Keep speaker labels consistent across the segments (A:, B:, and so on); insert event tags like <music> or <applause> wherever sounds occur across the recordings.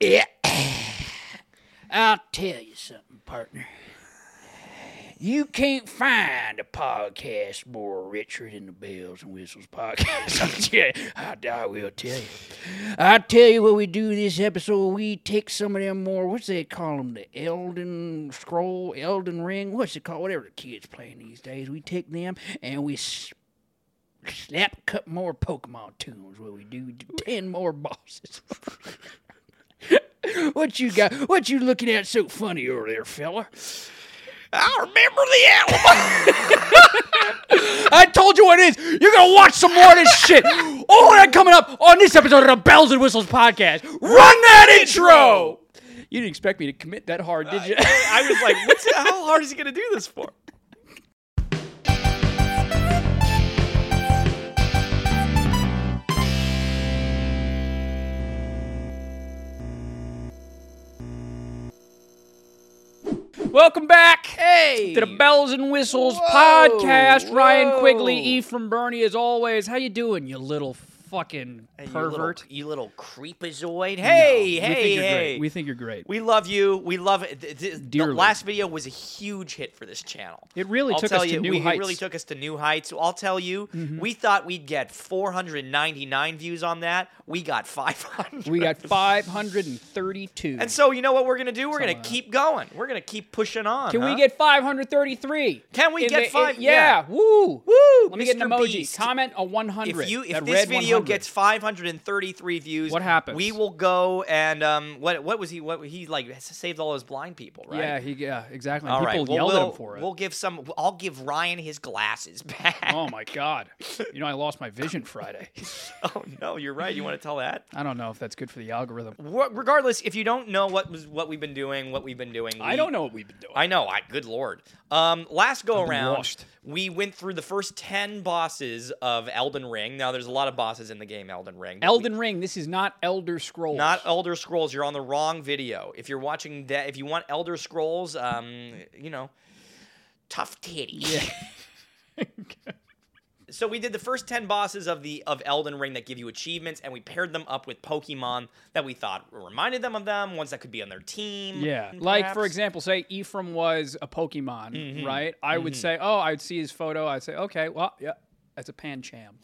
A: Yeah. I'll tell you something, partner. You can't find a podcast more richer than the Bells and Whistles podcast. <laughs> I'll tell you- I, I will tell you. I'll tell you what we do this episode. We take some of them more, what's they call them? The Elden Scroll, Elden Ring, what's it called? Whatever the kids playing these days. We take them and we s- snap cut more Pokemon tunes where we do 10 more bosses. <laughs> what you got? What you looking at so funny over there, fella?
B: I remember the <laughs> Alamo.
A: I told you what it is. You're gonna watch some more of this shit. All that coming up on this episode of the Bells and Whistles podcast. Run that intro. You didn't expect me to commit that hard, did you?
B: I was like,
A: <laughs>
B: What's it, how hard is he going to do this for?
A: Welcome back
B: Hey.
A: to the Bells and Whistles
B: Whoa,
A: podcast. Ryan Quigley,
B: whoa.
A: Eve from Bernie, as always. How you doing, you little fucking pervert?
B: You little, creepazoid. Hey,
A: No,
B: hey,
A: we think you're
B: hey.
A: great. We think you're great.
B: We love you. We love it. Th- th- The
A: Dearly.
B: last video was a huge hit for this channel.
A: It really
B: I'll
A: took
B: tell
A: us to
B: you,
A: new
B: we, It
A: heights. Mm-hmm.
B: really took us to new heights. I'll tell you, we thought we'd get 499 views on that. We got 500.
A: we got 532.
B: <laughs> and so you know what we're gonna do? We're gonna keep going. We're gonna keep pushing on.
A: Can we
B: huh?
A: get 533?
B: Can we
A: In
B: get
A: the- in-
B: five-
A: yeah.
B: yeah.
A: Woo.
B: Woo,
A: Let me get an
B: Mr.
A: emoji.
B: Beast.
A: Comment a 100.
B: If you if
A: that
B: this
A: red
B: video
A: 100.
B: gets 533 views,
A: What happens?
B: We will go and um, what what was he? What he like saved all those blind people, right?
A: yeah, he yeah, exactly.
B: All
A: People
B: right. Well,
A: yelled
B: we'll,
A: at him for it.
B: We'll give some. I'll give Ryan his glasses <laughs> back.
A: oh my
B: <laughs>
A: god. You know I lost my vision Friday.
B: oh no, you're right. You want to tell that?
A: I don't know if that's good for the
B: <laughs>
A: algorithm.
B: Wha- Regardless, if you don't know what was what we've been doing, what we've been doing,
A: I
B: we-
A: don't know what we've been doing.
B: I know. I good lord. Um, last go around,
A: washed.
B: we went through the first ten bosses of Elden Ring. Now there's a lot of bosses in the game Elden Ring. but we-
A: Elden Ring. This is not Elder Scrolls.
B: Not <laughs> Elder Scrolls. You're on the wrong video. If you're watching that, if you want Elder Scrolls, um, you know, tough titty. so we did the first ten bosses of the of Elden Ring that give you achievements, and we paired them up with Pokemon that we thought reminded them of them, ones that could be on their
A: <laughs>
B: team.
A: Yeah. Like for
B: perhaps.
A: example, say Ephraim was a Pokemon,
B: Mm-hmm.
A: right? I would say, oh, I'd see his photo. I'd say, okay, well, yeah, that's a <laughs> Pancham.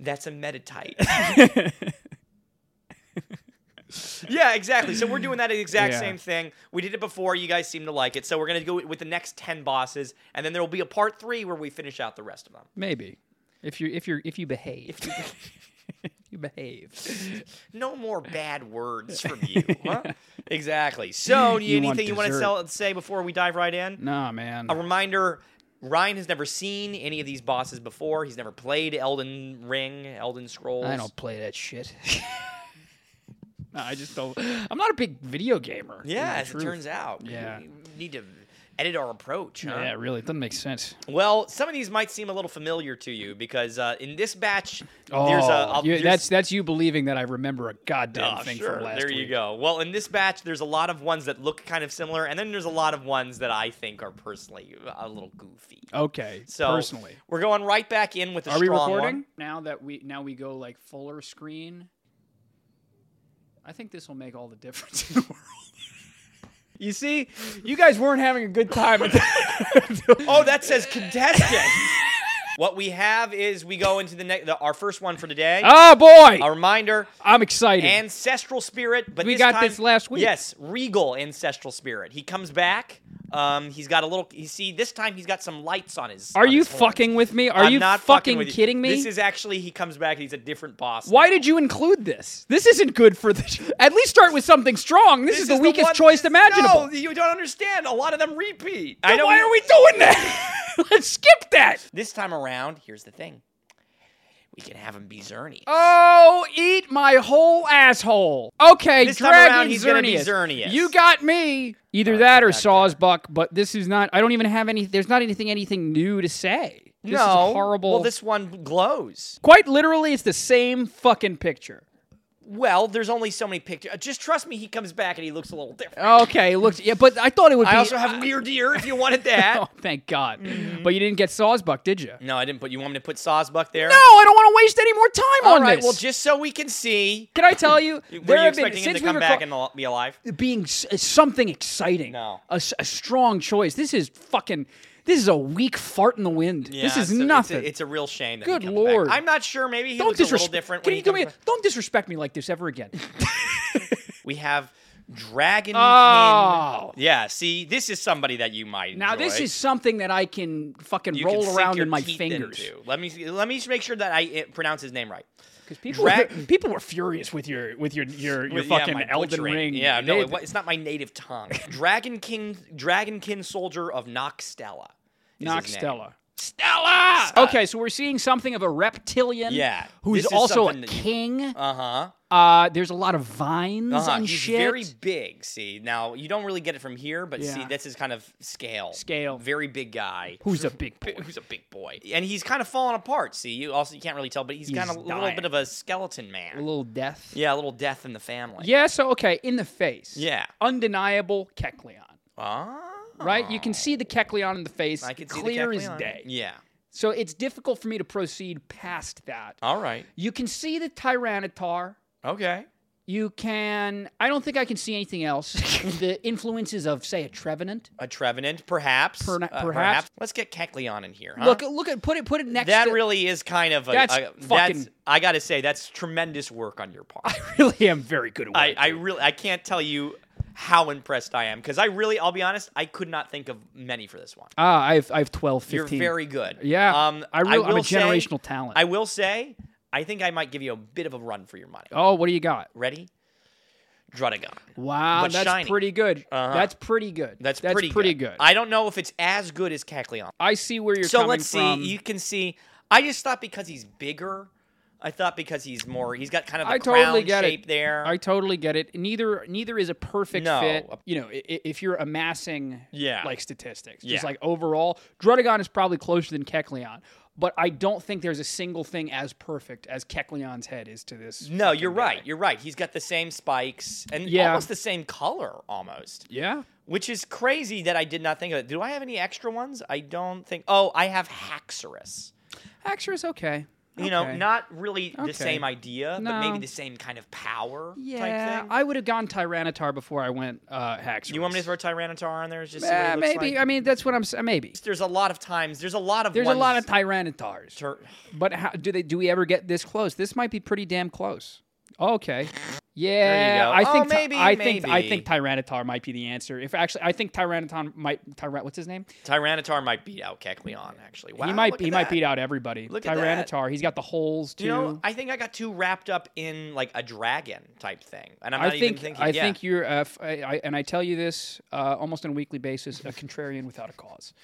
B: That's
A: <laughs>
B: a metatite. yeah, exactly. So we're doing that exact
A: Yeah.
B: same thing. We did it before. You guys seem to like it. So we're going to go with the next 10 bosses, and then there will be a part three where we finish out the rest of them.
A: Maybe. If you if you if you behave. <laughs> you behave.
B: No more bad words from
A: <laughs>
B: you. Huh? exactly. So, do you,
A: You want
B: anything you want to
A: dessert.
B: sell, say before we dive right in?
A: Nah, man.
B: A reminder Ryan has never seen any of these bosses before. He's never played Elden Ring, Elden Scrolls.
A: I don't play that shit. <laughs> no, I just don't. I'm not a big video gamer. to
B: Yeah,
A: tell
B: as
A: the
B: it
A: truth.
B: turns out. We-
A: Yeah.
B: We need to edit our approach. Huh?
A: Yeah, really, it doesn't make sense.
B: Well, some of these might seem a little familiar to you because uh, in this batch,
A: Oh,
B: there's a. I'll-
A: you-
B: there's-
A: that's that's you believing that I remember a goddamn
B: Ah,
A: thing
B: sure.
A: from last
B: There
A: week.
B: you go. Well, in this batch, there's a lot of ones that look kind of similar, and then there's a lot of ones that I think are personally a little goofy.
A: Okay,
B: So
A: personally,
B: we're going right back in with a
A: are we
B: strong
A: recording
B: one.
A: now that we now we go like fuller screen? I think this will make all the difference in the world. <laughs> you see, you guys weren't having a good time. At the- <laughs>
B: Oh, that says contestant. <laughs> what we have is we go into the next the, our first one for today.
A: oh boy,
B: A reminder:
A: I'm excited.
B: ancestral spirit. But
A: We
B: this
A: got
B: time-
A: this last week.
B: Yes, regal ancestral spirit. He comes back. Um, he's got a little. You see, this time he's got some lights on his.
A: Are
B: on
A: you
B: his horns.
A: fucking with me? Are
B: I'm
A: you
B: not
A: fucking
B: with you.
A: kidding me?
B: This is actually he comes back. and He's a different boss.
A: Why
B: now.
A: did you include this? This isn't good for the. At least start with something strong. This, is, the weakest
B: one-
A: choice
B: this-
A: imaginable.
B: No, you don't understand. A lot of them repeat. I
A: Then
B: know
A: why
B: we-
A: are we doing that? <laughs> Let's skip that.
B: <laughs> This time around, here's the thing. We can have him be Zerny.
A: Oh, eat my whole asshole. Okay,
B: This time
A: Dragon
B: around, he's gonna be
A: Xerneas.
B: Xerneas.
A: You got me. Either
B: All right,
A: that
B: get
A: or
B: back there.
A: Sawsbuck, but this is not. I don't even have any. There's not anything anything new to say. This
B: no,
A: is horrible.
B: Well, this one glows.
A: quite literally, it's the same fucking picture.
B: Well, there's only so many pictures. Uh, Just trust me, he comes back and he looks a little different.
A: Okay, looks yeah, but I thought it would Oh, be.
B: I also have weird Mm-hmm. ear if you wanted that.
A: <laughs> oh, thank God. But you didn't get Sawsbuck, did you? No,
B: no, I didn't put. You want me to put Sawsbuck there?
A: I don't want to waste any more time
B: All
A: on
B: right.
A: this.
B: Well, just so we can see.
A: Can I tell you?
B: <laughs> Were you
A: have been-
B: expecting him to
A: since we
B: come
A: were
B: back
A: call-
B: and al- be alive?
A: being s- uh, something exciting.
B: No.
A: A, s- a strong choice. This is fucking. This is a weak fart in the wind. this
B: Yeah,
A: is
B: so it's a-
A: nothing.
B: It's a, real shame. That
A: Good
B: he comes
A: lord.
B: Back. I'm not sure. Maybe he
A: don't
B: looks a little
A: disrespect.
B: different.
A: Can
B: when
A: you
B: he
A: do
B: comes
A: me?
B: back.
A: Don't disrespect me like this ever
B: <laughs>
A: again.
B: We have Dragon
A: Oh.
B: Kin. Yeah. See, this is somebody that you might.
A: now this
B: enjoy.
A: is something that I can fucking
B: You can
A: roll
B: sink
A: around
B: your
A: in my
B: teeth
A: fingers.
B: into. Let me see- let me just make sure that I eh, pronounce his name right.
A: Because people, were, <laughs>
B: Drag-
A: people were furious with your with your your, your
B: With- yeah,
A: fucking
B: my
A: Elden
B: butchering.
A: Ring.
B: Yeah, no,
A: They-
B: it, wa- it's not my native tongue. Dragon King, Dragon Kin soldier of Noxtella. is his
A: Knock
B: name. Uh,
A: Stella. Stella. Okay, so we're seeing something of a reptilian.
B: Yeah,
A: Who's
B: this is
A: also a
B: something that you-
A: king.
B: Uh-huh.
A: Uh, there's a lot of vines
B: Uh-huh.
A: and
B: He's
A: shit.
B: very big. See, now you don't really get it from here, but see,
A: Yeah.
B: this is kind of scale.
A: Scale.
B: Very big guy. <laughs>
A: Who's a big boy?
B: Bi- Who's a big boy, and he's kind of falling apart. See, you also you can't really tell, but he's,
A: He's
B: kind of a little
A: dying.
B: bit of a skeleton
A: A
B: man.
A: little death.
B: Yeah, a little death in the family.
A: Yeah, so okay, in the face.
B: Yeah.
A: Undeniable Kecleon.
B: Ah.
A: Right? You can see the Kecleon in the face.
B: I can see the
A: clear as
B: Kecleon.
A: day.
B: Yeah.
A: So it's difficult for me to proceed past that.
B: All right.
A: You can see the Tyranitar.
B: Okay.
A: You can I don't think I can see anything
B: <laughs>
A: else. the influences of, say, a Trevenant.
B: A Trevenant, perhaps.
A: Perna-
B: Uh,
A: perhaps.
B: Let's get Kecleon in here. Huh?
A: Look look at put it put it next
B: that
A: to
B: really is kind of a.
A: That's
B: a-
A: fucking-
B: I gotta say, that's tremendous work on your part.
A: <laughs> really am very good at what
B: I, I
A: do.
B: really, I can't tell you how impressed I am because I really, I'll be honest, I could not think of many for this one.
A: Ah, I've I've 12, 15.
B: You're very good. Um,
A: Yeah. I really I'm
B: will
A: a
B: say-
A: generational talent.
B: I will say, I think I might give you a bit of a run for your money.
A: oh, what do you got?
B: Ready? Drudagon.
A: Wow,
B: But
A: that's
B: shiny.
A: pretty good.
B: Uh-huh.
A: That's pretty good.
B: That's,
A: that's
B: pretty,
A: good. I,
B: I don't know if it's as good as Cacleon.
A: see where you're
B: So
A: coming
B: let's see.
A: from.
B: You can see. I just thought because he's bigger. I thought because he's more. He's got kind of a
A: I
B: crown
A: totally get
B: shape
A: it.
B: there.
A: I totally get it. Neither neither is a perfect
B: No.
A: fit. You know, i- i- if you're amassing
B: Yeah.
A: like statistics,
B: Yeah.
A: just like overall, Drudagon is probably closer than Kecleon. But I don't think there's a single thing as perfect as Kecleon's head is to this.
B: no,
A: fucking
B: you're
A: guy.
B: right. You're right. He's got the same spikes and
A: Yeah.
B: almost the same color, almost,
A: Yeah.
B: which is crazy that I did not think of it. Do I have any extra ones? I don't think. Oh, I have Haxorus.
A: Axor is okay.
B: You know,
A: Okay.
B: not really the
A: Okay.
B: same idea, but maybe
A: No.
B: the same kind of power
A: Yeah,
B: type thing.
A: I would have gone Tyranitar before I went uh, Haxorus.
B: you want me to throw Tyranitar on there? Just see what he
A: Eh,
B: looks
A: maybe.
B: like?
A: I mean, that's what I'm. s- Maybe
B: There's a lot of times. There's a lot of.
A: there's
B: ones
A: a lot of Tyranitars.
B: Tur-
A: But how do they? Do we ever get this close? This might be pretty damn close. Okay. Yeah,
B: go.
A: I
B: Oh,
A: think Ty-
B: maybe,
A: I think I
B: maybe.
A: think Tyranitar might be the answer. If actually, I think Tyranitar might Tyran. What's his name?
B: Tyranitar might beat out Kecleon, actually. Wow,
A: he might
B: look
A: he
B: at
A: might
B: that.
A: beat out everybody.
B: Look at that.
A: Tyranitar. He's got the holes too.
B: You know, I think I got too wrapped up in like a dragon type thing, and I'm
A: I
B: not
A: think
B: even thinking.
A: I
B: yeah.
A: think you're uh, f- I, I- and I tell you this uh, almost on a weekly basis. A contrarian without a cause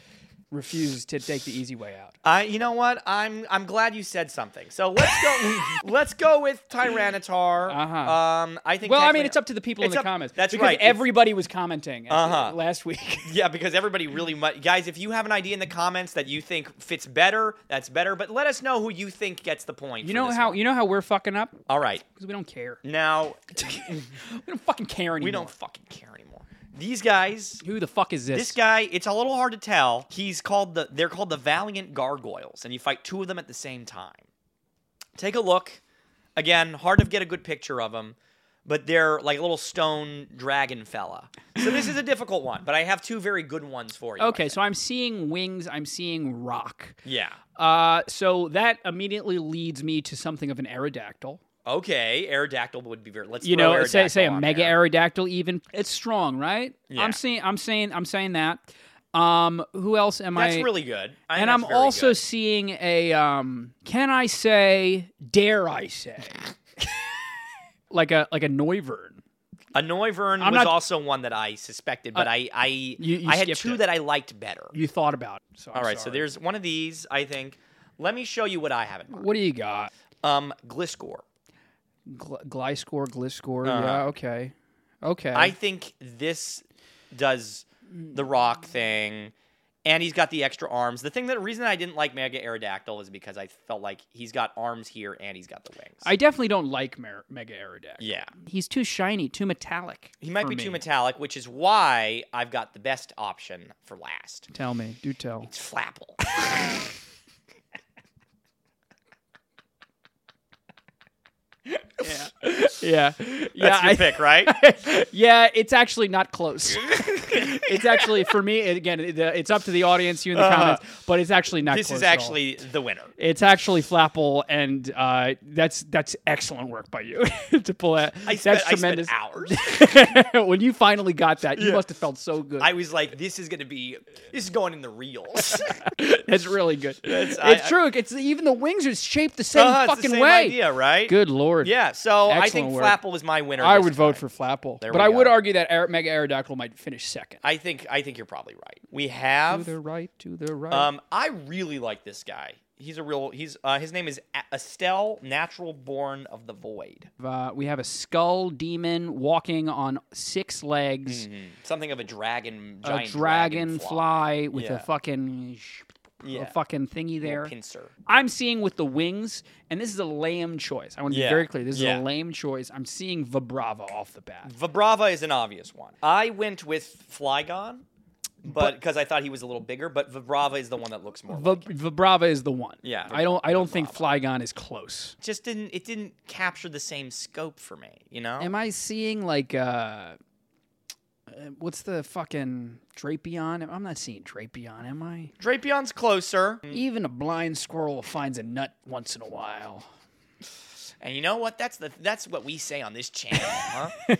A: refuses to take the easy way out.
B: I, you know what? I'm I'm glad you said something. So
A: <laughs>
B: let's go. let's go with Tyranitar.
A: Uh-huh.
B: Um, I think.
A: Well, I
B: Kecleon-
A: mean, it's up to the people in
B: It's
A: the
B: up-
A: comments.
B: That's
A: because
B: right. It's-
A: Everybody was commenting uh,
B: Uh-huh.
A: last week. <laughs>
B: Yeah, because everybody really much. Guys, if you have an idea in the comments that you think fits better, that's better. But let us know who you think gets the point.
A: You
B: for
A: know
B: this
A: how
B: one.
A: you know how we're fucking up
B: All right.
A: because we don't care.
B: Now
A: We don't fucking care anymore.
B: we don't fucking care anymore. These guys.
A: Who the fuck is this?
B: This guy, it's a little hard to tell. He's called the they're called the Valiant Gargoyles, and you fight two of them at the same time. Take a look. Again, hard to get a good picture of them, but they're like a little stone dragon fella. So this is a difficult one, but I have two very good ones for you. I
A: okay,
B: think.
A: so I'm seeing wings. I'm seeing rock.
B: yeah.
A: Uh, so that immediately leads me to something of an aerodactyl.
B: Okay, Aerodactyl would be very let's
A: You
B: throw
A: know, say say a
B: Aerodactyl on
A: mega
B: there.
A: aerodactyl. Even it's strong, right?
B: Yeah.
A: I'm seeing. I'm saying. I'm saying that. Um, who else am I?
B: That's really good. I think
A: and I'm
B: that's very
A: also
B: good.
A: seeing a um can I say dare I say
B: <laughs>
A: like a like a Neuvern.
B: a Noivern
A: I'm
B: was
A: not- Uh,
B: also one that I suspected, but I I
A: you
B: I had
A: skipped
B: two
A: it.
B: that I liked better.
A: You thought about it. So I'm
B: All right, so
A: sorry.
B: there's one of these. I think. Let me show you what I have in mind.
A: what do you got?
B: Um, Gliscor.
A: Gl- Gliscor, Gliscor.
B: Uh-huh.
A: Yeah, okay, okay.
B: I think this does the rock thing. and he's got the extra arms. The thing that reason I didn't like Mega Aerodactyl is because I felt like he's got arms here and he's got the wings.
A: I definitely don't like Mer- Mega Aerodactyl.
B: yeah,
A: He's too shiny, too metallic.
B: he might
A: for
B: be too
A: me.
B: metallic, which is why I've got the best option for last.
A: Tell me, do tell.
B: <laughs> It's
A: <laughs>
B: Flapple.
A: yeah, yeah,
B: That's your
A: I- <laughs>
B: pick, right?
A: yeah. It's actually not
B: <laughs>
A: close. it's actually for me again. it- It's up to the audience, you in the comments, but it's actually not.
B: Uh-huh. this
A: close
B: is
A: at all.
B: actually the winner.
A: It's actually Flapple, and uh, that's that's excellent work by you <laughs> to pull that.
B: I spent,
A: that's
B: I spent
A: tremendous. <laughs>
B: hours.
A: when you finally got that, you must have felt so good.
B: I was like, this is gonna be this is going in
A: <laughs>
B: the reels.
A: that's really
B: <laughs>
A: good. It's,
B: I- I-
A: true. It's even the wings are shaped the same
B: Uh, it's the
A: fucking
B: same
A: way.
B: idea, right?
A: Good lord.
B: Yeah, so I
A: Excellent
B: think
A: work.
B: Flapple is my winner.
A: I
B: this
A: would vote for
B: time.
A: Flapple,
B: There
A: but
B: we
A: I would
B: go.
A: argue that Aer- Mega Aerodactyl might finish second.
B: I think I think you're probably right. We
A: to
B: have
A: the right, to the right.
B: um I really like this guy. He's a real he's uh, his name is A- Estelle Natural Born of the Void.
A: Uh, we have a skull demon walking on six legs,
B: Something of a dragon
A: a
B: Mm, giant
A: dragonfly with
B: Yeah.
A: a fucking sh-
B: Yeah.
A: a fucking thingy
B: Little
A: there.
B: pincer.
A: I'm seeing with the wings, and this is a lame choice. I want to
B: Yeah.
A: be very clear. This is
B: Yeah.
A: a lame choice. I'm seeing Vibrava off the bat.
B: Vibrava is an obvious one. I went with Flygon, but because I thought he was a little bigger, but Vibrava is the one that looks more. like-
A: V- Vibrava is the one.
B: Yeah,
A: I don't. I don't think Flygon is close.
B: just didn't it didn't capture the same scope for me, you know?
A: Am I seeing like uh, uh, what's the fucking Drapion? I'm not seeing Drapion. Am I?
B: Drapion's closer.
A: Even a blind squirrel finds a nut once in a while.
B: And you know what? That's the that's what we say on this channel,
A: <laughs>
B: huh?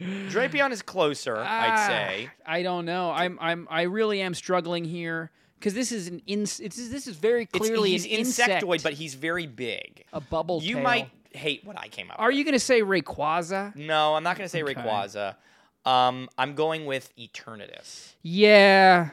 B: Drapion is closer,
A: Ah,
B: I'd say.
A: I don't know. I'm I'm I really am struggling here because this is an ins. It's, this is very
B: It's-
A: clearly
B: he's
A: an insect,
B: insectoid, but he's very big.
A: a bubble.
B: You
A: tail.
B: might hate what I came up
A: Are
B: with.
A: you gonna say Rayquaza?
B: No, I'm not gonna say Rayquaza. Um, I'm going with Eternatus.
A: Yeah.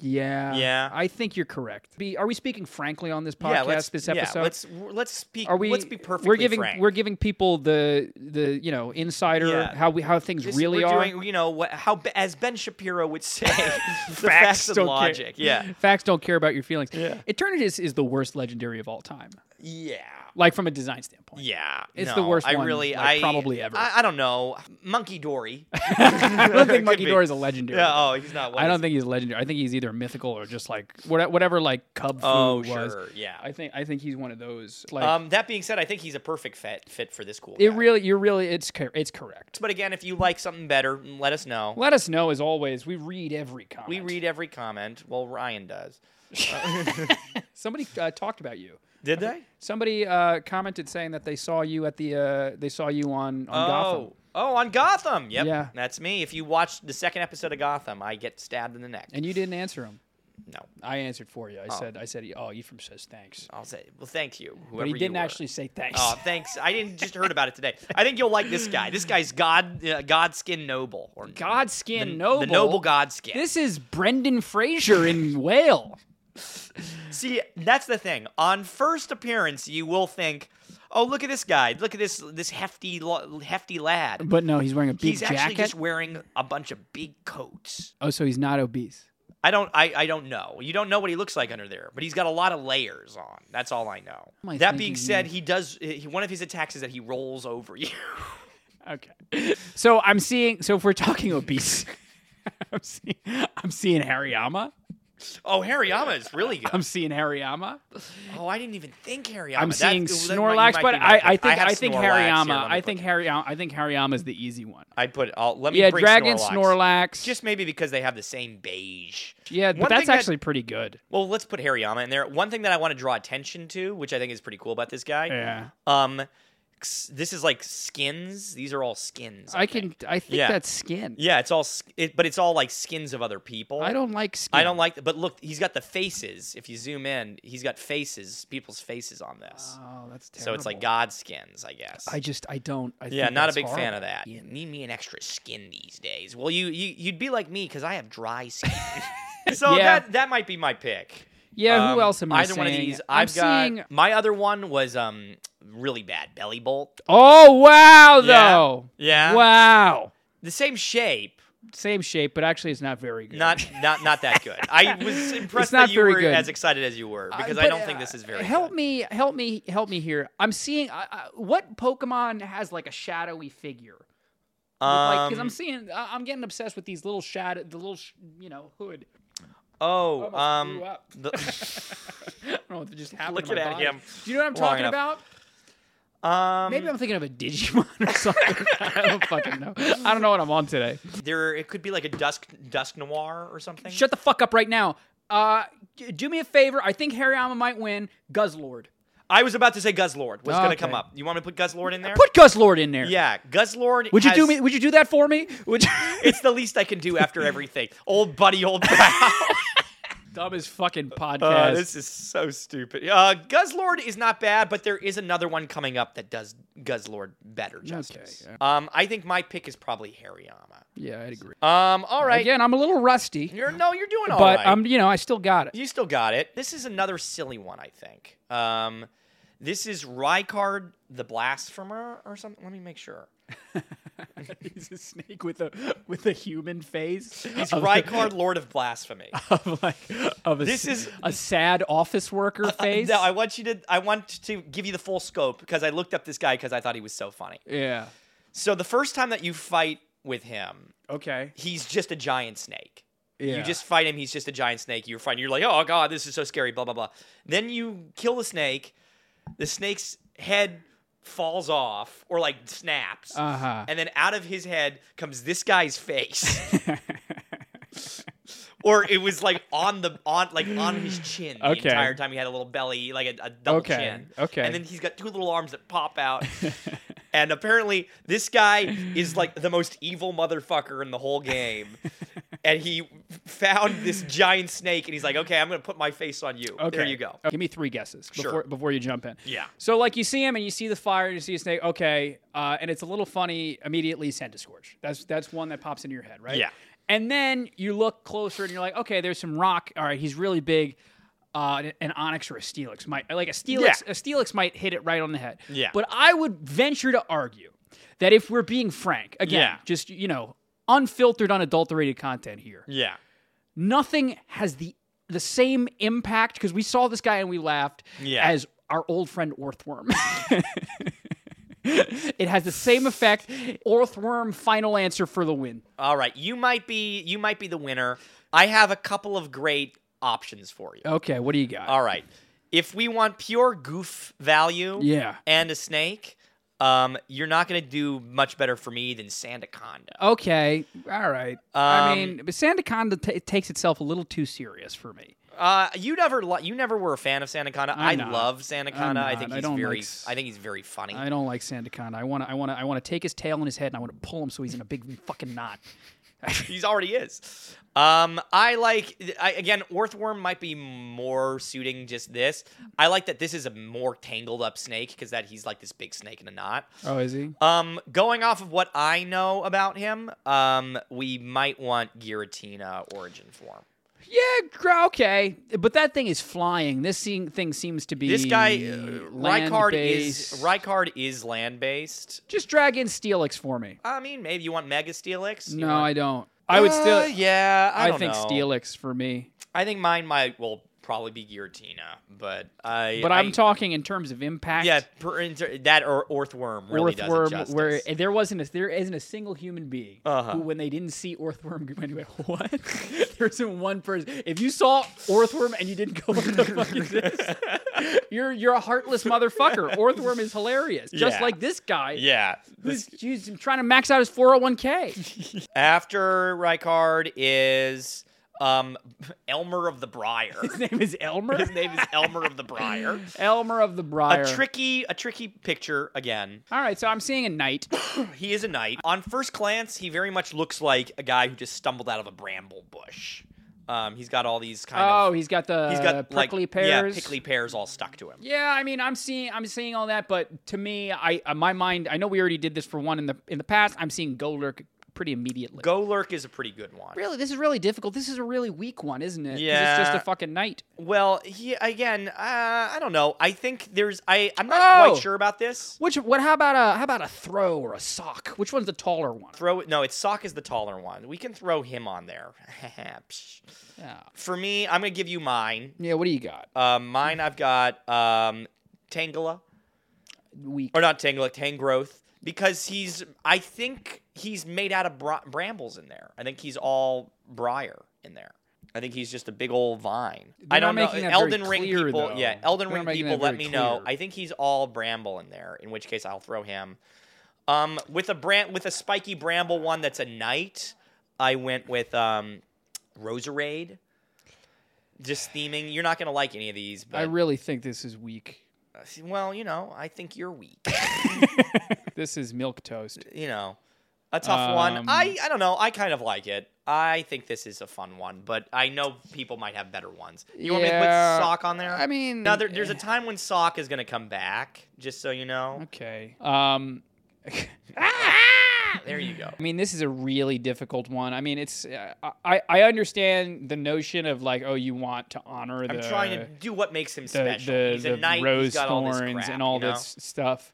A: Yeah.
B: Yeah.
A: I think you're correct. Be, are we speaking frankly on this podcast
B: yeah, let's,
A: this
B: yeah,
A: episode?
B: let's let's speak
A: are we
B: let's be perfectly
A: We're giving
B: frank.
A: we're giving people the the you know insider
B: Yeah.
A: how we how things
B: Just-
A: really
B: we're
A: are.
B: doing, you know, what, how be- as Ben Shapiro
A: <laughs>
B: would say, the facts, and
A: don't care-
B: logic. Yeah,
A: <laughs> Facts don't care about your feelings.
B: Yeah.
A: Eternatus is the worst legendary of all time.
B: yeah,
A: Like from a design standpoint.
B: yeah.
A: It's the
B: no,
A: worst
B: I
A: one,
B: really,
A: like,
B: I
A: probably ever.
B: I, I don't know,
A: <laughs>
B: Monkey Dory.
A: I don't
B: <laughs>
A: think
B: Could
A: Monkey
B: be.
A: Door is a legendary.
B: yeah, oh, he's not. What
A: I
B: is
A: don't
B: he?
A: think he's legendary. I think he's either mythical or just like what- whatever like cub food
B: Oh,
A: was.
B: sure, yeah.
A: I think I think he's one of those. Like
B: Um, that being said, I think he's a perfect fit fit for this cool.
A: it
B: guy.
A: really, you're really, it's cor- it's correct.
B: But again, if you like something better, let us know.
A: Let us know as always. We read every comment.
B: we read every comment. Well, Ryan does.
A: Somebody uh, talked about you.
B: Did they?
A: Somebody uh, commented saying that they saw you at the uh, they saw you on on
B: Oh.
A: Gotham.
B: Oh, on Gotham. Yep.
A: Yeah.
B: That's me. If you watched the second episode of Gotham, I get stabbed in the neck.
A: and you didn't answer him.
B: No.
A: I answered for you. I said I said oh Ephraim says thanks,
B: I'll say, well, thank you. Whoever
A: but he
B: you
A: didn't
B: were.
A: actually say thanks. <laughs>
B: Oh, thanks. I didn't just heard about it today. I think you'll like this guy. This guy's God, uh, Godskin Noble,
A: <laughs>
B: or
A: Godskin
B: the,
A: Noble.
B: the Noble Godskin.
A: This is Brendan Fraser
B: <laughs>
A: in Whale.
B: See, that's the thing. On first appearance, you will think, "Oh, look at this guy! Look at this this hefty lo- hefty lad."
A: But no, he's wearing a big
B: He's actually
A: jacket.
B: just wearing a bunch of big coats.
A: oh, so he's not obese.
B: I don't, I, I don't know. You don't know what he looks like under there, but he's got a lot of layers on. That's all I know.
A: Am I
B: that being
A: thinking
B: said, he does. He, one of his attacks is that he rolls over you. <laughs>
A: Okay. <laughs> So I'm seeing. So if we're talking obese, <laughs> I'm seeing. I'm seeing Hariyama.
B: oh, Hariyama is really good.
A: <laughs> I'm seeing Hariyama.
B: Oh, I didn't even think Harry.
A: I'm
B: That-
A: seeing
B: that might-
A: Snorlax,
B: might
A: but
B: be
A: I,
B: my pick.
A: I think
B: have
A: I, think
B: Snorlax here. Let
A: Hariyama.
B: me
A: I
B: put-
A: think Hariyama. I think Hariyama is the easy one.
B: I put. I'll, let me
A: Yeah,
B: bring
A: Dragon
B: Snorlax.
A: Snorlax.
B: Just maybe because they have the same beige.
A: yeah, but
B: One
A: that's
B: thing that-
A: actually pretty good.
B: well, let's put Hariyama in there. One thing that I want to draw attention to, which I think is pretty cool about this guy.
A: Yeah.
B: Um, s- this is like skins. These are all skins.
A: I can. I think
B: Yeah.
A: that's skin.
B: Yeah, it's all. s- It, but it's all like skins of other people.
A: I don't like skin.
B: I don't like. But look, he's got the faces. If you zoom in, he's got faces. People's faces on this.
A: Oh, that's terrible.
B: so it's like God skins, I guess.
A: I just. I don't. I
B: Yeah,
A: think
B: not a
A: that's
B: big fan
A: horrible.
B: of that. You need me an extra skin these days. Well, you, you you'd be like me because I have dry skin. <laughs> so
A: Yeah.
B: that that might be my pick.
A: Yeah.
B: Um,
A: who else am I
B: Either
A: saying?
B: one of these.
A: I'm
B: I've got
A: seeing.
B: my other one was um really bad belly bolt.
A: Oh wow,
B: Yeah.
A: though.
B: Yeah.
A: Wow.
B: The same shape,
A: same shape, but actually it's not very good.
B: Not not not that good.
A: <laughs>
B: I was impressed
A: not
B: that you
A: very
B: were
A: good.
B: as excited as you were
A: Uh,
B: because I
A: but,
B: don't think
A: uh,
B: this is very
A: Help
B: good.
A: me, help me, help me here. I'm seeing I, I, what Pokemon has like a shadowy figure. Because
B: Um,
A: I'm seeing, I- I'm getting obsessed with these little shadow, the little, sh- you know, hood.
B: oh,
A: almost
B: um,
A: threw up. <laughs>
B: the,
A: I don't know if it just happened. to
B: Looking
A: my
B: at
A: body.
B: him
A: Do you know what I'm
B: long
A: talking
B: enough.
A: about?
B: um,
A: Maybe I'm thinking of a Digimon or <laughs> something. I don't fucking know. I don't know what I'm on today.
B: there it could be like a dusk dusk noir or something.
A: Shut the fuck up right now. Uh, d- do me a favor. I think Hariyama might win. Guzzlord.
B: I was about to say Guzzlord was going to come
A: Okay.
B: up. You want me to put Guzzlord in there?
A: Put Guzzlord in there.
B: yeah, Guzzlord.
A: Would you do
B: has-
A: me? Would you do that for me? Would you?
B: <laughs> It's the least I can do after everything. Old buddy, old <laughs> pal.
A: dumbest fucking podcast.
B: Uh, this is so stupid. Uh, Guzzlord is not bad, but there is another one coming up that does Guzzlord better justice.
A: Okay.
B: Um, I think my pick is probably Hariyama.
A: yeah, I'd agree.
B: Um, all right.
A: Again, I'm a little rusty,
B: You're no, you're doing all
A: but
B: right.
A: I'm you know I still got it.
B: you still got it. This is another silly one, I think. Um, this is Rykard the Blasphemer or something. Let me make sure.
A: <laughs> He's a snake with a with a human face.
B: He's
A: of,
B: Rykard, Lord of Blasphemy.
A: <laughs> of like of a,
B: This
A: this
B: is- Uh,
A: is a sad office worker face.
B: No, I want you to. I want to give you the full scope because I looked up this guy because I thought he was so funny.
A: yeah.
B: So the first time that you fight with him,
A: Okay.
B: he's just a giant snake.
A: Yeah.
B: You just fight him, he's just a giant snake. You're fighting, you're like, oh god, this is so scary, blah blah blah. Then you kill the snake, the snake's head falls off or like snaps,
A: uh huh.
B: and then out of his head comes this
A: <laughs>
B: guy's face. or it was like on the on like on his chin the
A: Okay.
B: entire time. He had a little belly, like a, a double
A: Okay,
B: chin.
A: okay.
B: And then he's got two little arms that
A: <laughs>
B: pop out. and apparently this guy is like the most evil motherfucker in the
A: <laughs>
B: whole game. and he found this giant snake and he's like, Okay, I'm gonna put my face on you.
A: Okay.
B: There you go.
A: Give me three guesses before
B: Sure.
A: before you jump in.
B: Yeah.
A: So like you see him and you see the fire and you see a snake. Okay, uh, and it's a little funny. Immediately send to scorch. That's that's one that pops into your head, right?
B: Yeah.
A: And then you look closer and you're like, okay, there's some rock. All right, he's really big. Uh, an onyx or a steelix might like a steelix.
B: Yeah.
A: A steelix might hit it right on the head.
B: Yeah.
A: But I would venture to argue that if we're being frank, again,
B: Yeah.
A: just you know, unfiltered, unadulterated content here
B: Yeah.
A: nothing has the the same impact because we saw this guy and we laughed
B: Yeah.
A: as our old friend Orthworm. <laughs> it has the same effect. Orthworm final answer for the win.
B: All right. You might be you might be the winner. I have a couple of great options for you.
A: Okay, what do you got?
B: All right. If we want pure goof value
A: Yeah.
B: and a snake, um, you're not going to do much better for me than Sandaconda.
A: Okay, all right. I
B: Um,
A: mean, but Sandaconda t- takes itself a little too serious for me.
B: Uh, you never lo- you never were a fan of Sandaconda. I
A: not.
B: love Sandaconda. I
A: not.
B: think
A: I
B: he's
A: don't
B: very
A: like s-
B: I think he's very funny.
A: I don't like Sandaconda. I want to. I want to. I want to take his tail in his head and I want to pull him so he's in a big fucking knot.
B: <laughs> he's already is. Um, I like I, again Orthworm might be more suiting just this. I like that this is a more tangled up snake because that he's like this big snake in a knot.
A: Oh, is he?
B: Um, going off of what I know about him, um, we might want Giratina origin form.
A: Yeah, gr- okay, but that thing is flying. This thing, thing seems to be
B: This guy, uh, Rykard is
A: land-based.
B: Rykard is land based.
A: Just drag in Steelix for me.
B: I mean, maybe you want Mega Steelix. You
A: no,
B: want-
A: I don't. I would still.
B: Uh, yeah, I,
A: I,
B: don't
A: think
B: know.
A: Steelix for me,
B: I think mine might well probably be Giratina, but I.
A: but I, am
B: I-
A: talking in terms of impact.
B: Yeah, per, inter, that or Orthworm really does it
A: Earthworm,
B: justice.
A: where and there wasn't a, there isn't a single human being
B: Uh-huh.
A: who, when they didn't see Earthworm, <laughs> went, "What?" there isn't one person. If you saw Earthworm and you didn't go, "What the fuck is
B: <laughs>
A: this?" you're you're a heartless motherfucker. Earthworm is hilarious, just
B: Yeah.
A: like this guy.
B: yeah,
A: He's, he's trying to max out his
B: <laughs>
A: 401k.
B: after Rykard is um Elmer of the Briar.
A: <laughs> His name is Elmer.
B: His name is Elmer of the Briar.
A: Elmer of the Briar.
B: A tricky, a tricky picture again.
A: All right, so I'm seeing a knight.
B: He is a knight. On first glance, he very much looks like a guy who just stumbled out of a bramble bush. Um, he's got all these kind
A: oh,
B: of.
A: he's got the
B: He's got
A: prickly
B: like,
A: pears.
B: Yeah, prickly pears all stuck to him.
A: Yeah, I mean, I'm seeing, I'm seeing all that, but to me, I, uh, my mind, I know we already did this for one in the in the past. I'm seeing Golurk pretty immediately.
B: Go Lurk is a pretty good one.
A: Really, this is really difficult. This is a really weak one, isn't it? 'Cause It's just
B: Yeah.
A: a fucking knight.
B: Well, he again, uh, I don't know. I think there's I I'm not
A: Oh!
B: quite sure about this.
A: Which what how about a how about a throw or a sock? Which one's the taller one?
B: Throw no, it's Sock is the taller one. We can throw him on there. <laughs> Psh.
A: Yeah.
B: For me, I'm gonna give you mine.
A: Yeah, what do you got?
B: Um, mine I've got um, Tangela
A: Weak.
B: or not Tangela, Tangrowth because he's I think he's made out of bra- brambles in there. I think he's all briar in there. I think he's just a big old vine.
A: They're
B: I don't
A: not
B: know.
A: making that
B: Elden
A: very
B: Ring
A: clear,
B: people,
A: though.
B: yeah,
A: They're
B: Elden
A: not
B: Ring
A: making
B: people,
A: that
B: let
A: very
B: me know.
A: clear.
B: I think he's all bramble in there. In which case, I'll throw him. Um, with a bram- with a spiky bramble one that's a knight. I went with um, Roserade. Just theming. You're not gonna like any of these, but
A: I really think this is weak.
B: well, you know, I think you're weak.
A: This is milk toast.
B: you know, a tough one.
A: Um,
B: I I don't know. I kind of like it. I think this is a fun one, but I know people might have better ones. You want me to put
A: Yeah,
B: sock on there?
A: I mean,
B: now there, there's a
A: eh.
B: time when sock is gonna come back. Just so you know.
A: Okay. Um <laughs>
B: There you go.
A: I mean, this is a really difficult one. I mean, it's uh, I I understand the notion of like, oh, you want to honor the
B: I'm trying to do what makes him
A: the,
B: special.
A: the,
B: He's
A: the
B: a knight.
A: rose
B: he's got all this
A: thorns
B: crap,
A: and all
B: you know?
A: this stuff.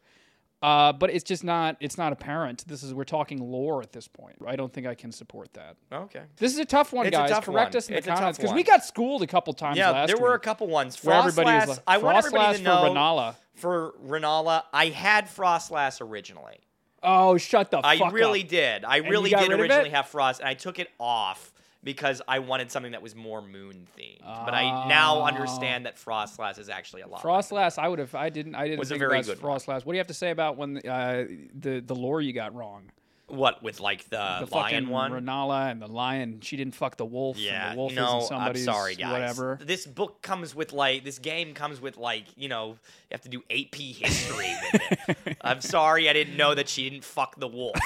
A: Uh, but it's just not it's not apparent. This is we're talking lore at this point. I don't think I can support that.
B: Okay.
A: This is a tough one,
B: It's a
A: guys.
B: tough
A: Correct
B: one.
A: us in
B: It's a
A: the
B: tough
A: comments because we
B: one.
A: got schooled a couple times
B: Yeah,
A: last
B: there were a
A: week
B: couple ones.
A: where everybody
B: Frostlass.
A: was like,
B: I want everybody
A: Frostlass
B: to know
A: for Renala.
B: for Renala. I had Frostlass originally.
A: Oh, shut the
B: I
A: fuck
B: really
A: up.
B: did. I
A: you
B: really
A: got
B: did
A: rid of
B: originally
A: it?
B: have Frost, and I took it off because I wanted something that was more moon themed. but I
A: Ah.
B: now understand that Frostlass is actually a lot.
A: Frostlass, I would have. I didn't. I didn't
B: Was a
A: think
B: very
A: about
B: good one.
A: Frostlass. What do you have to say about when uh, the the lore you got wrong?
B: what with like the,
A: The
B: lion
A: fucking
B: one?
A: Renala and the lion. She didn't fuck the wolf. and
B: yeah,
A: the wolf
B: no,
A: isn't
B: I'm
A: somebody's
B: sorry, guys.
A: Whatever.
B: This book comes with like this game comes with like you know you have to do AP history. with
A: <laughs>
B: it. I'm sorry, I didn't know that she didn't fuck the wolf.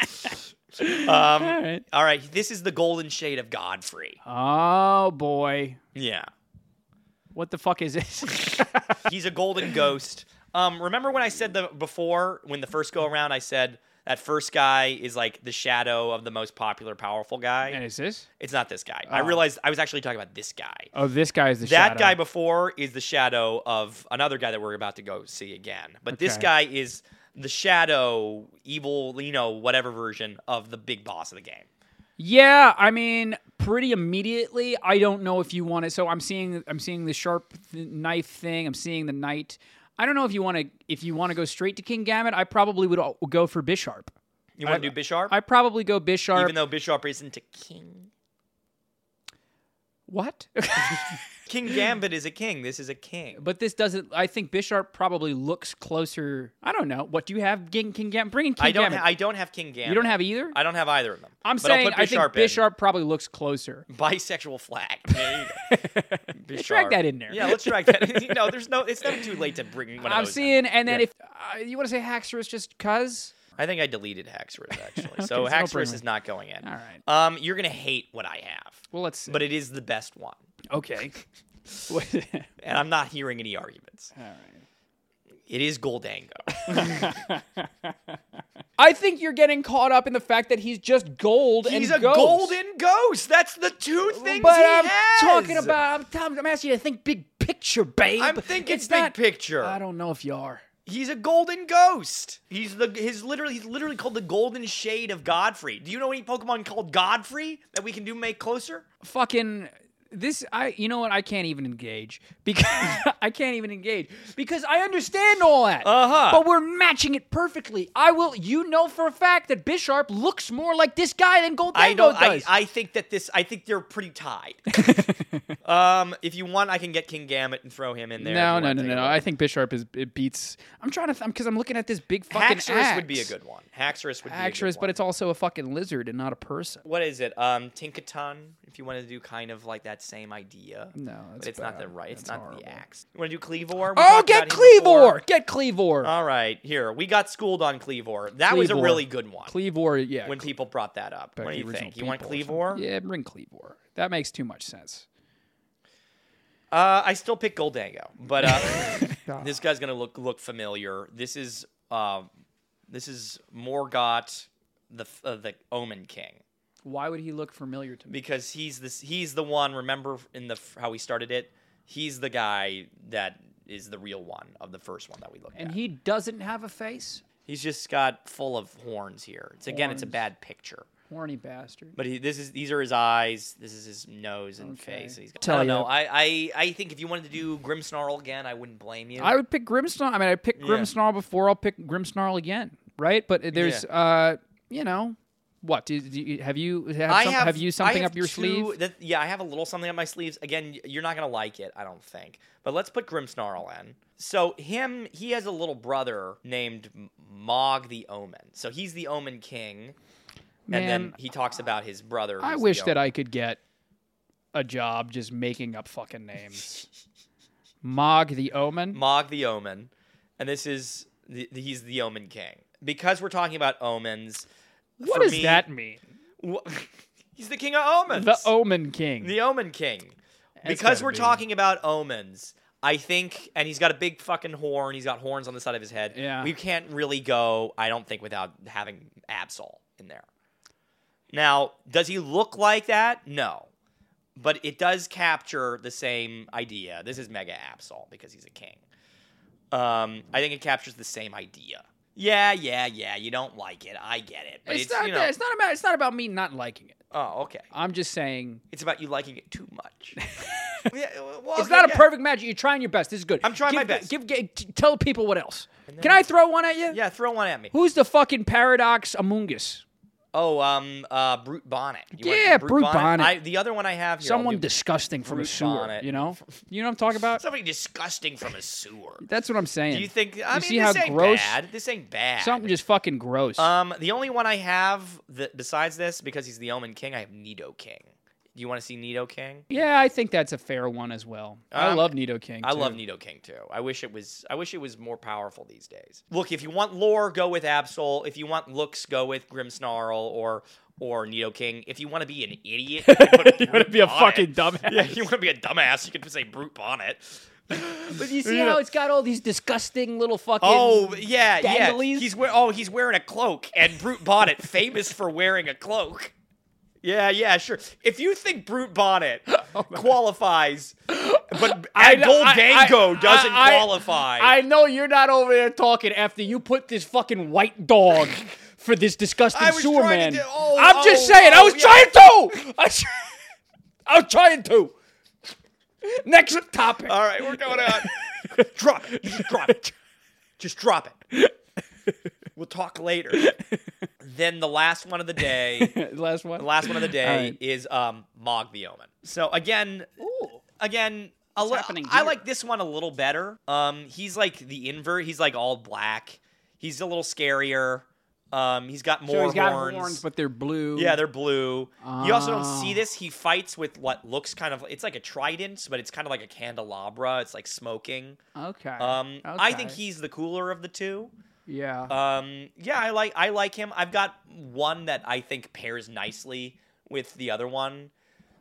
B: um,
A: All right.
B: all right, this is the golden shade of Godfrey.
A: Oh boy,
B: Yeah.
A: what the fuck is
B: <laughs>
A: this?
B: He's a golden ghost. Um, remember when I said the before when the first go around I said that first guy is like the shadow of the most popular powerful guy.
A: and is this?
B: It's not this guy. I
A: Oh.
B: realized I was actually talking about this guy.
A: Oh, this guy is the
B: that
A: shadow.
B: guy before is the shadow of another guy that we're about to go see again. But this
A: Okay.
B: guy is the shadow, evil, you know, whatever version of the big boss of the game.
A: Yeah, I mean, pretty immediately. I don't know if you want it. So I'm seeing, I'm seeing the sharp th- knife thing. I'm seeing the knight. I don't know if you want to, if you want to go straight to King Gamut. I probably would al- go for Bisharp.
B: You want to do Bisharp?
A: I probably go Bisharp.
B: Even though Bisharp isn't a king.
A: what? <laughs> <gasps>
B: King Gambit is a king. This is a king.
A: but this doesn't. I think Bisharp probably looks closer. I don't know. What do you have? King, King Gamut. Bring in King
B: I don't.
A: Gamut.
B: Ha- I don't have King Gambit.
A: you don't have either.
B: I don't have either of them.
A: am
B: But I'll
A: saying
B: put
A: I think
B: Bisharp in.
A: Bisharp probably looks
B: <laughs>
A: closer.
B: bisexual
A: <laughs>
B: flag. There you go. Bisharp.
A: Drag that in there.
B: Yeah, let's drag that.
A: <laughs>
B: in. no, there's no. It's never too late to bring one of
A: I'm
B: those in.
A: seeing, and then if uh, you want to say Haxorus, just cuz.
B: I think I deleted Haxorus actually,
A: <laughs>
B: so
A: Okay, so don't bring
B: Haxorus
A: it.
B: is not going in.
A: All right.
B: Um, you're gonna hate what I have,
A: Well, let's. See.
B: but it is the best one, <laughs>
A: Okay.
B: and I'm not hearing any arguments.
A: All right.
B: It is Goldango.
A: I think you're getting caught up in the fact that he's just gold <laughs> and
B: He's a
A: ghosts.
B: golden ghost. That's the two things
A: But
B: he
A: I'm
B: has.
A: talking about. I'm, telling- I'm asking you to think big picture, babe.
B: I'm thinking
A: It's
B: big
A: not-
B: picture.
A: I don't know if you are.
B: He's a golden ghost. He's the he's literally he's literally called the golden shade of Godfrey. Do you know any Pokemon called Godfrey that we can do make closer?
A: Fucking this. I. You know what? I can't even engage <laughs> because I can't even engage because I understand all that.
B: Uh-huh.
A: But we're matching it perfectly. I will. You know for a fact that Bisharp looks more like this guy than Goldango
B: I don't. I,
A: does.
B: I think that this. I think they're
A: <laughs>
B: pretty tied. um, if you want, I can get King Gamut and throw him in there. if
A: No,
B: you
A: no,
B: wanna
A: no,
B: take
A: no,
B: a
A: no.
B: look.
A: I think Bisharp is it beats. I'm trying to because I'm looking at this big fucking
B: Haxorus would be a
A: axe.
B: good one. Haxorus would be a
A: Actress,
B: good
A: but
B: one.
A: it's also a fucking lizard and not a person.
B: what is it? Um, Tinkaton. If you want to do kind of like that same idea.
A: No,
B: but
A: that's
B: it's not the
A: bad.
B: right. It's
A: That's
B: not
A: horrible.
B: the axe. You want to do Cleavor? We
A: Oh,
B: talked
A: get
B: about Uh, him before.
A: Cleavor! Get Cleavor!
B: All right, here we got schooled on Cleavor. That was a
A: Cleavor.
B: really good one.
A: Cleavor, yeah.
B: when people brought that up.
A: back
B: What do
A: to
B: you
A: the original
B: think? You want
A: people or
B: Cleavor?
A: something. Yeah, bring Cleavor. That makes too much sense.
B: Uh, I still pick Goldango, but
A: <laughs>
B: uh, this guy's um, gonna look look familiar. This is uh, this is Morgott, the uh, the Omen King
A: Why would he look familiar to me?
B: because he's this he's the one. Remember in the f- how we started it, he's the guy that is the real one of the first one that we looked
A: And
B: at.
A: he doesn't have a face.
B: he's just got full of horns here. It's again, it's a
A: Horns.
B: bad picture.
A: Horny bastard.
B: But he, this is these are his eyes. This is his nose and
A: Okay.
B: face. He's got,
A: Tell
B: I don't know.
A: ya.
B: I, I I think if you wanted to do Grimmsnarl again, I wouldn't blame you.
A: I would pick Grimmsnarl. I mean, I picked
B: Yeah.
A: Grimmsnarl before. I'll pick Grimmsnarl again, right? But there's, uh, you know, what? Do, do you, have you have,
B: I
A: some, have, you something
B: I have
A: up your
B: two-
A: sleeve?
B: that- yeah, I have a little something up my sleeves. Again, y- you're not gonna like it, I don't think. But let's put Grimmsnarl in. So him, he has a little brother named M- Mog the Omen. So he's the Omen King, and then
A: Man,
B: he talks about his brother.
A: I wish that I could get a job just making up fucking names. Mog the Omen.
B: Mog the Omen, and this is the, the- he's the Omen King because we're talking about omens.
A: What
B: for
A: does
B: me-
A: that mean?
B: wha- <laughs> he's the king of <laughs> omens.
A: The Omen King.
B: The Omen King.
A: That's
B: because
A: gotta
B: we're
A: be.
B: talking about omens, I think, and he's got a big fucking horn. He's got horns on the side of his head.
A: Yeah.
B: We can't really go, I don't think, without having Absol in there. Now, does he look like that? No. But it does capture the same idea. This is Mega Absol because he's a king. Um, I think it captures the same idea. Yeah, yeah, yeah. You don't like it. I get it. But
A: it's,
B: it's,
A: not.
B: you know,
A: that- it's not about. It's not about me not liking it.
B: oh, okay.
A: I'm just saying.
B: It's about you liking it too
A: <laughs>
B: much. yeah, well,
A: It's
B: okay,
A: not a
B: yeah.
A: perfect match. You're trying your best. This is good.
B: I'm trying
A: Give
B: my
A: the-
B: best.
A: Give, g- t- tell people what else. Can I throw one at you?
B: Yeah, throw one at me.
A: Who's the fucking paradox among us?
B: Oh, um, uh, Brute Bonnet. You wanna
A: Yeah,
B: do
A: Brute Bonnet.
B: I, the other one I have here. I'll
A: Someone
B: do-
A: disgusting from a
B: Fruit
A: sewer.
B: bonnet.
A: You know. You know what I'm talking about.
B: somebody disgusting from
A: <laughs>
B: a sewer.
A: That's what I'm saying.
B: Do you think? I mean,
A: see
B: this
A: how
B: ain't
A: gross-
B: bad. This ain't bad.
A: something just fucking gross?
B: Um, the only one I have that besides this, because he's the Omen King, I have Nido King. Do you want to see Nido King?
A: yeah, I think that's a fair one as well. I
B: Um,
A: love Nido King.
B: I
A: too.
B: love Nido King too. I wish it was. I wish it was more powerful these days. Look, if you want lore, go with Absol. If you want looks, go with Grimmsnarl or or Nido King. If you want to be an idiot,
A: <laughs>
B: you put
A: You want to be a
B: Brute
A: fucking
B: Bonnet.
A: dumbass.
B: Yeah, you want to be a dumbass, you can say Brute Bonnet.
A: But you see
B: Yeah.
A: how it's got all these disgusting little fucking.
B: Oh yeah, yeah.
A: Danglies?
B: He's wear- oh he's wearing a cloak, and Brute Bonnet, famous for wearing a cloak. Yeah, yeah, sure. If you think
A: <laughs>
B: Brute Bonnet qualifies, but
A: Oh I know-
B: Gold
A: I- I-
B: Dango doesn't
A: I- I-
B: qualify.
A: I know you're not over there talking after you put this fucking white dog for this disgusting
B: I was
A: sewer
B: trying
A: man.
B: to do- oh,
A: I'm just
B: oh,
A: saying, I
B: oh,
A: was
B: yeah.
A: trying to. I was, I was trying to. Next topic.
B: All right, we're going on. <laughs> drop it. Just drop it. Just drop it. We'll talk later. then the last one of the day,
A: <laughs> Last one.
B: the last one of the day
A: right.
B: is um Mog the Omen. So again, again, a li-
A: happening
B: I
A: here?
B: like this one a little better. Um, he's like the invert. He's like all black. He's a little scarier. Um, he's got more
A: so he's got
B: horns.
A: horns. but they're blue.
B: Yeah, they're blue. You also don't see
A: Ah.
B: this. He fights with what looks kind of it's like a trident, but it's kind of like a candelabra. It's like smoking.
A: okay.
B: Um, I think
A: Okay.
B: he's the cooler of the two.
A: Yeah.
B: Um, yeah, I like I like him. I've got one that I think pairs nicely with the other one.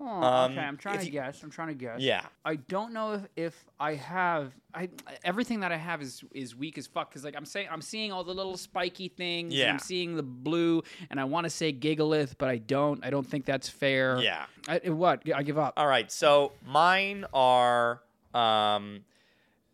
A: Huh,
B: um,
A: okay, I'm trying
B: if
A: to
B: you-
A: guess. I'm trying to guess.
B: Yeah.
A: I don't know if, if I have I everything that I have is is weak as fuck because like I'm saying I'm seeing all the little spiky things. and
B: Yeah.
A: I'm seeing the blue, and I want to say gigalith, but I don't. I don't think that's fair.
B: Yeah.
A: I, what? I give up.
B: All right. So mine are um,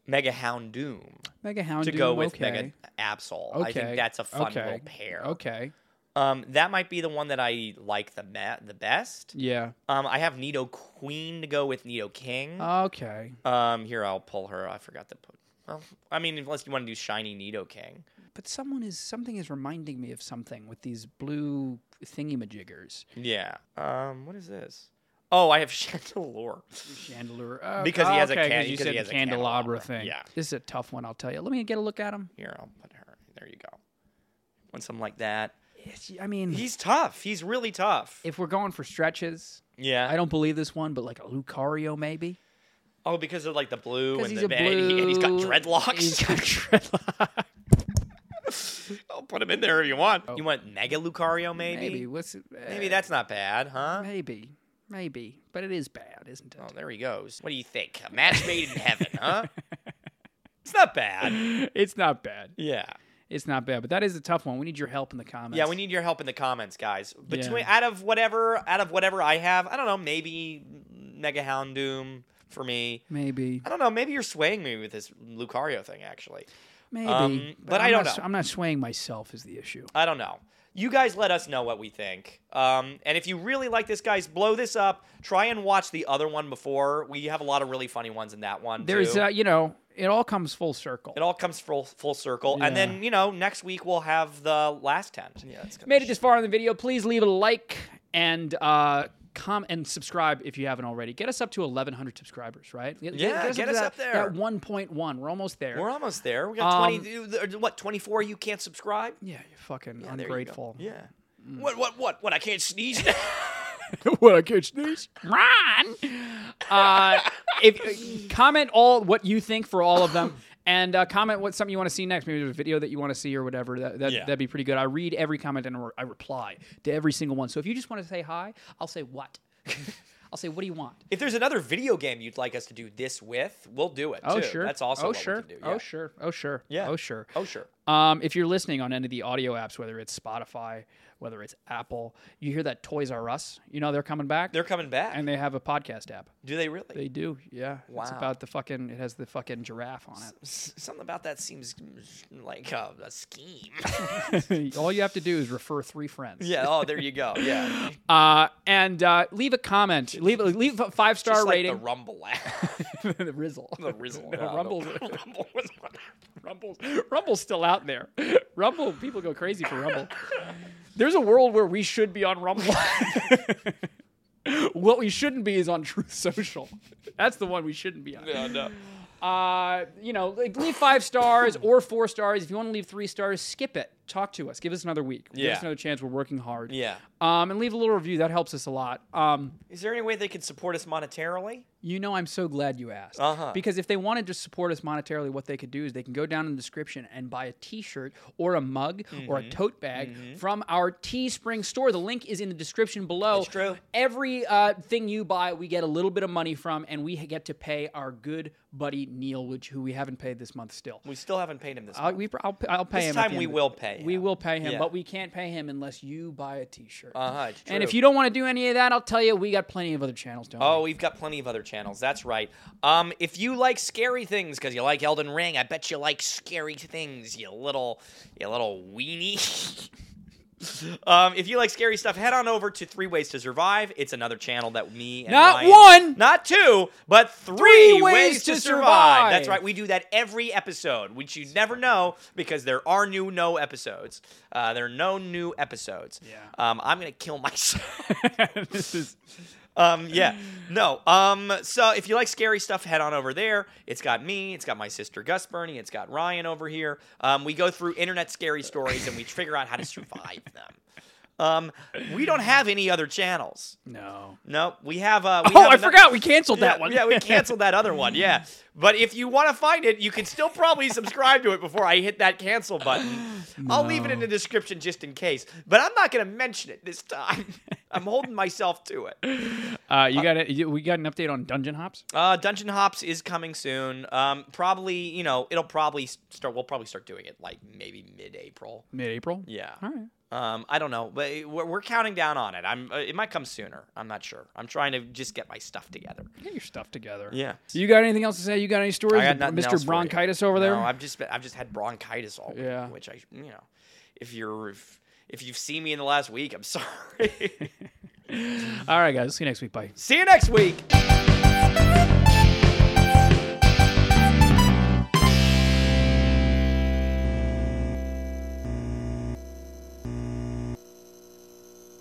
B: Mega Houndoom
A: Mega Hound
B: to go with
A: okay.
B: Mega Absol.
A: Okay.
B: I think that's a fun
A: okay.
B: little pair.
A: Okay.
B: Um, that might be the one that I like the ma- the best.
A: Yeah.
B: Um, I have Nido Queen to go with Nido King.
A: Uh, Okay.
B: um, here I'll pull her. I forgot to put. Well, I mean, unless you want to do Shiny Nido King.
A: But someone is something is reminding me of something with these blue thingy majiggers.
B: Yeah. Um, what is this? Oh, I have <laughs> Chandelure.
A: Chandelier. Oh,
B: Because he has a
A: okay,
B: can-
A: 'cause you
B: because
A: said
B: he has
A: the
B: a
A: candelabra,
B: candelabra.
A: thing.
B: Yeah.
A: This is a tough one, I'll tell you. Let me get a look at him.
B: Here, I'll put her. There you go. Want something like that?
A: It's- I mean,
B: He's tough. He's really tough.
A: if we're going for stretches,
B: Yeah.
A: I don't believe this one, but like a Lucario maybe.
B: oh, because of like the blue
A: Because
B: and
A: he's
B: the
A: a
B: ba- and he-
A: blue.
B: and he's got dreadlocks.
A: He's
B: <laughs>
A: got dreadlocks.
B: I'll put him in there if you want. You want Mega Lucario, maybe?
A: Oh. maybe.
B: Maybe,
A: What's it? uh,
B: that's not bad, huh?
A: Maybe. Maybe. But it is bad, isn't it?
B: Oh, there he goes. What do you think?
A: <laughs>
B: A match made in heaven, huh? <laughs> It's not bad.
A: It's not bad.
B: Yeah.
A: It's not bad, but that is a tough one. We need your help in the comments.
B: Yeah, we need your help in the comments, guys. Between out of whatever out of whatever I have, I don't know, maybe Mega Hound Doom for me.
A: maybe,
B: I don't know, maybe you're swaying me with this Lucario thing actually.
A: maybe.
B: um, but
A: I'm
B: I don't
A: not,
B: know.
A: I'm not swaying myself is the issue.
B: I don't know. You guys let us know what we think. Um, and if you really like this, guys, blow this up. Try and watch the other one before. We have a lot of really funny ones in that one.
A: There's,
B: too.
A: uh, you know, it all comes full circle.
B: it all comes full full circle. And
A: Yeah.
B: then you know, next week we'll have the last ten. Yeah, it's
A: made it this far in the video, please leave a like and uh, com and subscribe if you haven't already. Get us up to 1,100 subscribers, right? Get,
B: Yeah, get
A: to
B: us
A: that,
B: up there.
A: That 1.1. We're almost there.
B: We're almost there. We got
A: Um,
B: twenty. uh, What twenty four? You can't subscribe.
A: yeah, you're fucking
B: There you go. Mm.
A: ungrateful.
B: Yeah. What? What? What? What? I can't sneeze.
A: <laughs> what I catch these? Ron. Uh, if comment all what you think for all of them, and uh, comment what something you want to see next. Maybe there's a video that you want to see or whatever. That, that
B: Yeah.
A: that'd be pretty good. I read every comment and I reply to every single one. So if you just want to say hi, I'll say what. <laughs> I'll say what do you want?
B: <laughs> if there's another video game you'd like us to do this with, we'll do it.
A: Oh
B: too.
A: sure,
B: That's also
A: Oh
B: what
A: sure,
B: we can do.
A: oh
B: Yeah.
A: sure, oh sure,
B: Yeah.
A: oh sure.
B: Oh sure.
A: Um, if you're listening on any of the audio apps, whether it's Spotify, whether it's Apple, you hear that Toys R Us. You know they're coming back,
B: They're coming back.
A: and they have a podcast app.
B: do they really?
A: They do, yeah. It's
B: Wow.
A: about the fucking. It has the fucking giraffe on
B: S- Something about that seems like uh, a scheme. <laughs>
A: it. <laughs> All you have to do is refer three friends.
B: yeah. Oh, there you go.
A: <laughs>
B: Yeah.
A: Uh, and uh, leave a comment. Leave leave a five star
B: Just like
A: rating.
B: the Rumble app.
A: <laughs> the, Rizzle.
B: the Rizzle.
A: No, Rumble.
B: <laughs> Rumble was one.
A: <laughs> Rumble's <laughs> Rumble's still out there. <laughs> Rumble people go crazy for Rumble. There's a world where we should be on Rumble. <laughs> what we shouldn't be is on Truth Social. That's the one we shouldn't be on.
B: No, no.
A: uh, you know, like leave five stars
B: Hmm.
A: or four stars. If you want to leave three stars, skip it. Talk to us. Give us another week. Give
B: Yeah.
A: us another chance. We're working hard.
B: Yeah.
A: Um, and leave a little review. That helps us a lot. Um,
B: Is there any way they could support us monetarily?
A: you know, I'm so glad you asked.
B: Uh-huh.
A: Because if they wanted to support us monetarily, what they could do is they can go down in the description and buy a T-shirt or a mug or
B: Mm-hmm.
A: a tote bag from our Teespring store. The link is in the description below.
B: That's true.
A: Every uh, thing you buy, we get a little bit of money from, and we get to pay our good buddy Neil, which who we haven't paid this month still.
B: We still haven't paid him this.
A: I'll,
B: month.
A: we, pr- I'll, p- I'll pay
B: This
A: him. at
B: time
A: the
B: we
A: end of
B: will
A: it.
B: pay
A: We
B: him.
A: will pay him,
B: Yeah.
A: but we can't pay him unless you buy a T-shirt.
B: Uh-huh, it's
A: And if
B: true.
A: you don't want to do any of that, I'll tell you, we got plenty of other channels. Don't
B: Oh, we've got plenty of other channels. That's right. Um, if you like scary things because you like Elden Ring, I bet you like scary things, you little, you little weenie. <laughs> um, if you like scary stuff, head on over to Three Ways to Survive. It's another channel that me and
A: Not
B: Ryan-
A: one!
B: not two, but three,
A: Three
B: ways,
A: Ways
B: to
A: to
B: survive.
A: Survive.
B: That's right. We do that every episode, which you never know because there are new no episodes. Uh, there are no new episodes.
A: Yeah.
B: Um, I'm gonna kill <laughs> myself. Oh.
A: we? <laughs> this is
B: Um, yeah. No. Um, so if you like scary stuff, head on over there. It's got me. It's got my sister Gus Bernie. It's got Ryan over here. Um, we go through internet scary stories and we figure out how to survive them. Um, we don't have any other channels.
A: no.
B: No, we have. Uh, we
A: oh,
B: have
A: I
B: ano-
A: forgot we canceled that
B: yeah,
A: one.
B: yeah,
A: <laughs>
B: we canceled that other one. Yeah. But if you want to find it, you can still probably subscribe to it before I hit that cancel button. I'll leave it in the description just in case. But I'm not going to mention it this time. <laughs> I'm holding myself to it.
A: uh, you got it. We got an update on Dungeon Hops.
B: Uh, Dungeon Hops is coming soon. Um, probably, you know, it'll probably s- start. We'll probably start doing it like maybe mid-April.
A: Mid-April.
B: Yeah.
A: All right.
B: Um, I don't know, but we're, we're counting down on it. I'm. Uh, it might come sooner. I'm not sure. I'm trying to just get my stuff together.
A: Get your stuff together.
B: Yeah.
A: You got anything else to say? You got any stories?
B: I got nothing else
A: Mr.
B: for
A: Bronchitis
B: you.
A: over there.
B: No, I've just been, I've just had bronchitis all week.
A: Yeah.
B: Which I, you know, if you're if, if you've seen me in the last week, I'm
A: <laughs>
B: <laughs> sorry.
A: All right, guys. See you next week. Bye.
B: See you next week.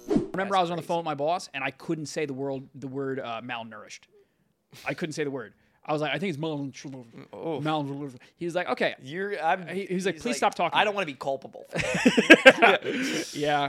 A: Remember,
B: That's
A: I was on the
B: crazy.
A: phone with my boss, and I couldn't say the word the word uh, malnourished. I couldn't say the word. I was like, I think it's malnourished.
B: Oh.
A: Malnourished. He was like, okay.
B: You're. I'm,
A: He- he's like, "Please stop talking."
B: I don't want to be culpable.
A: Yeah.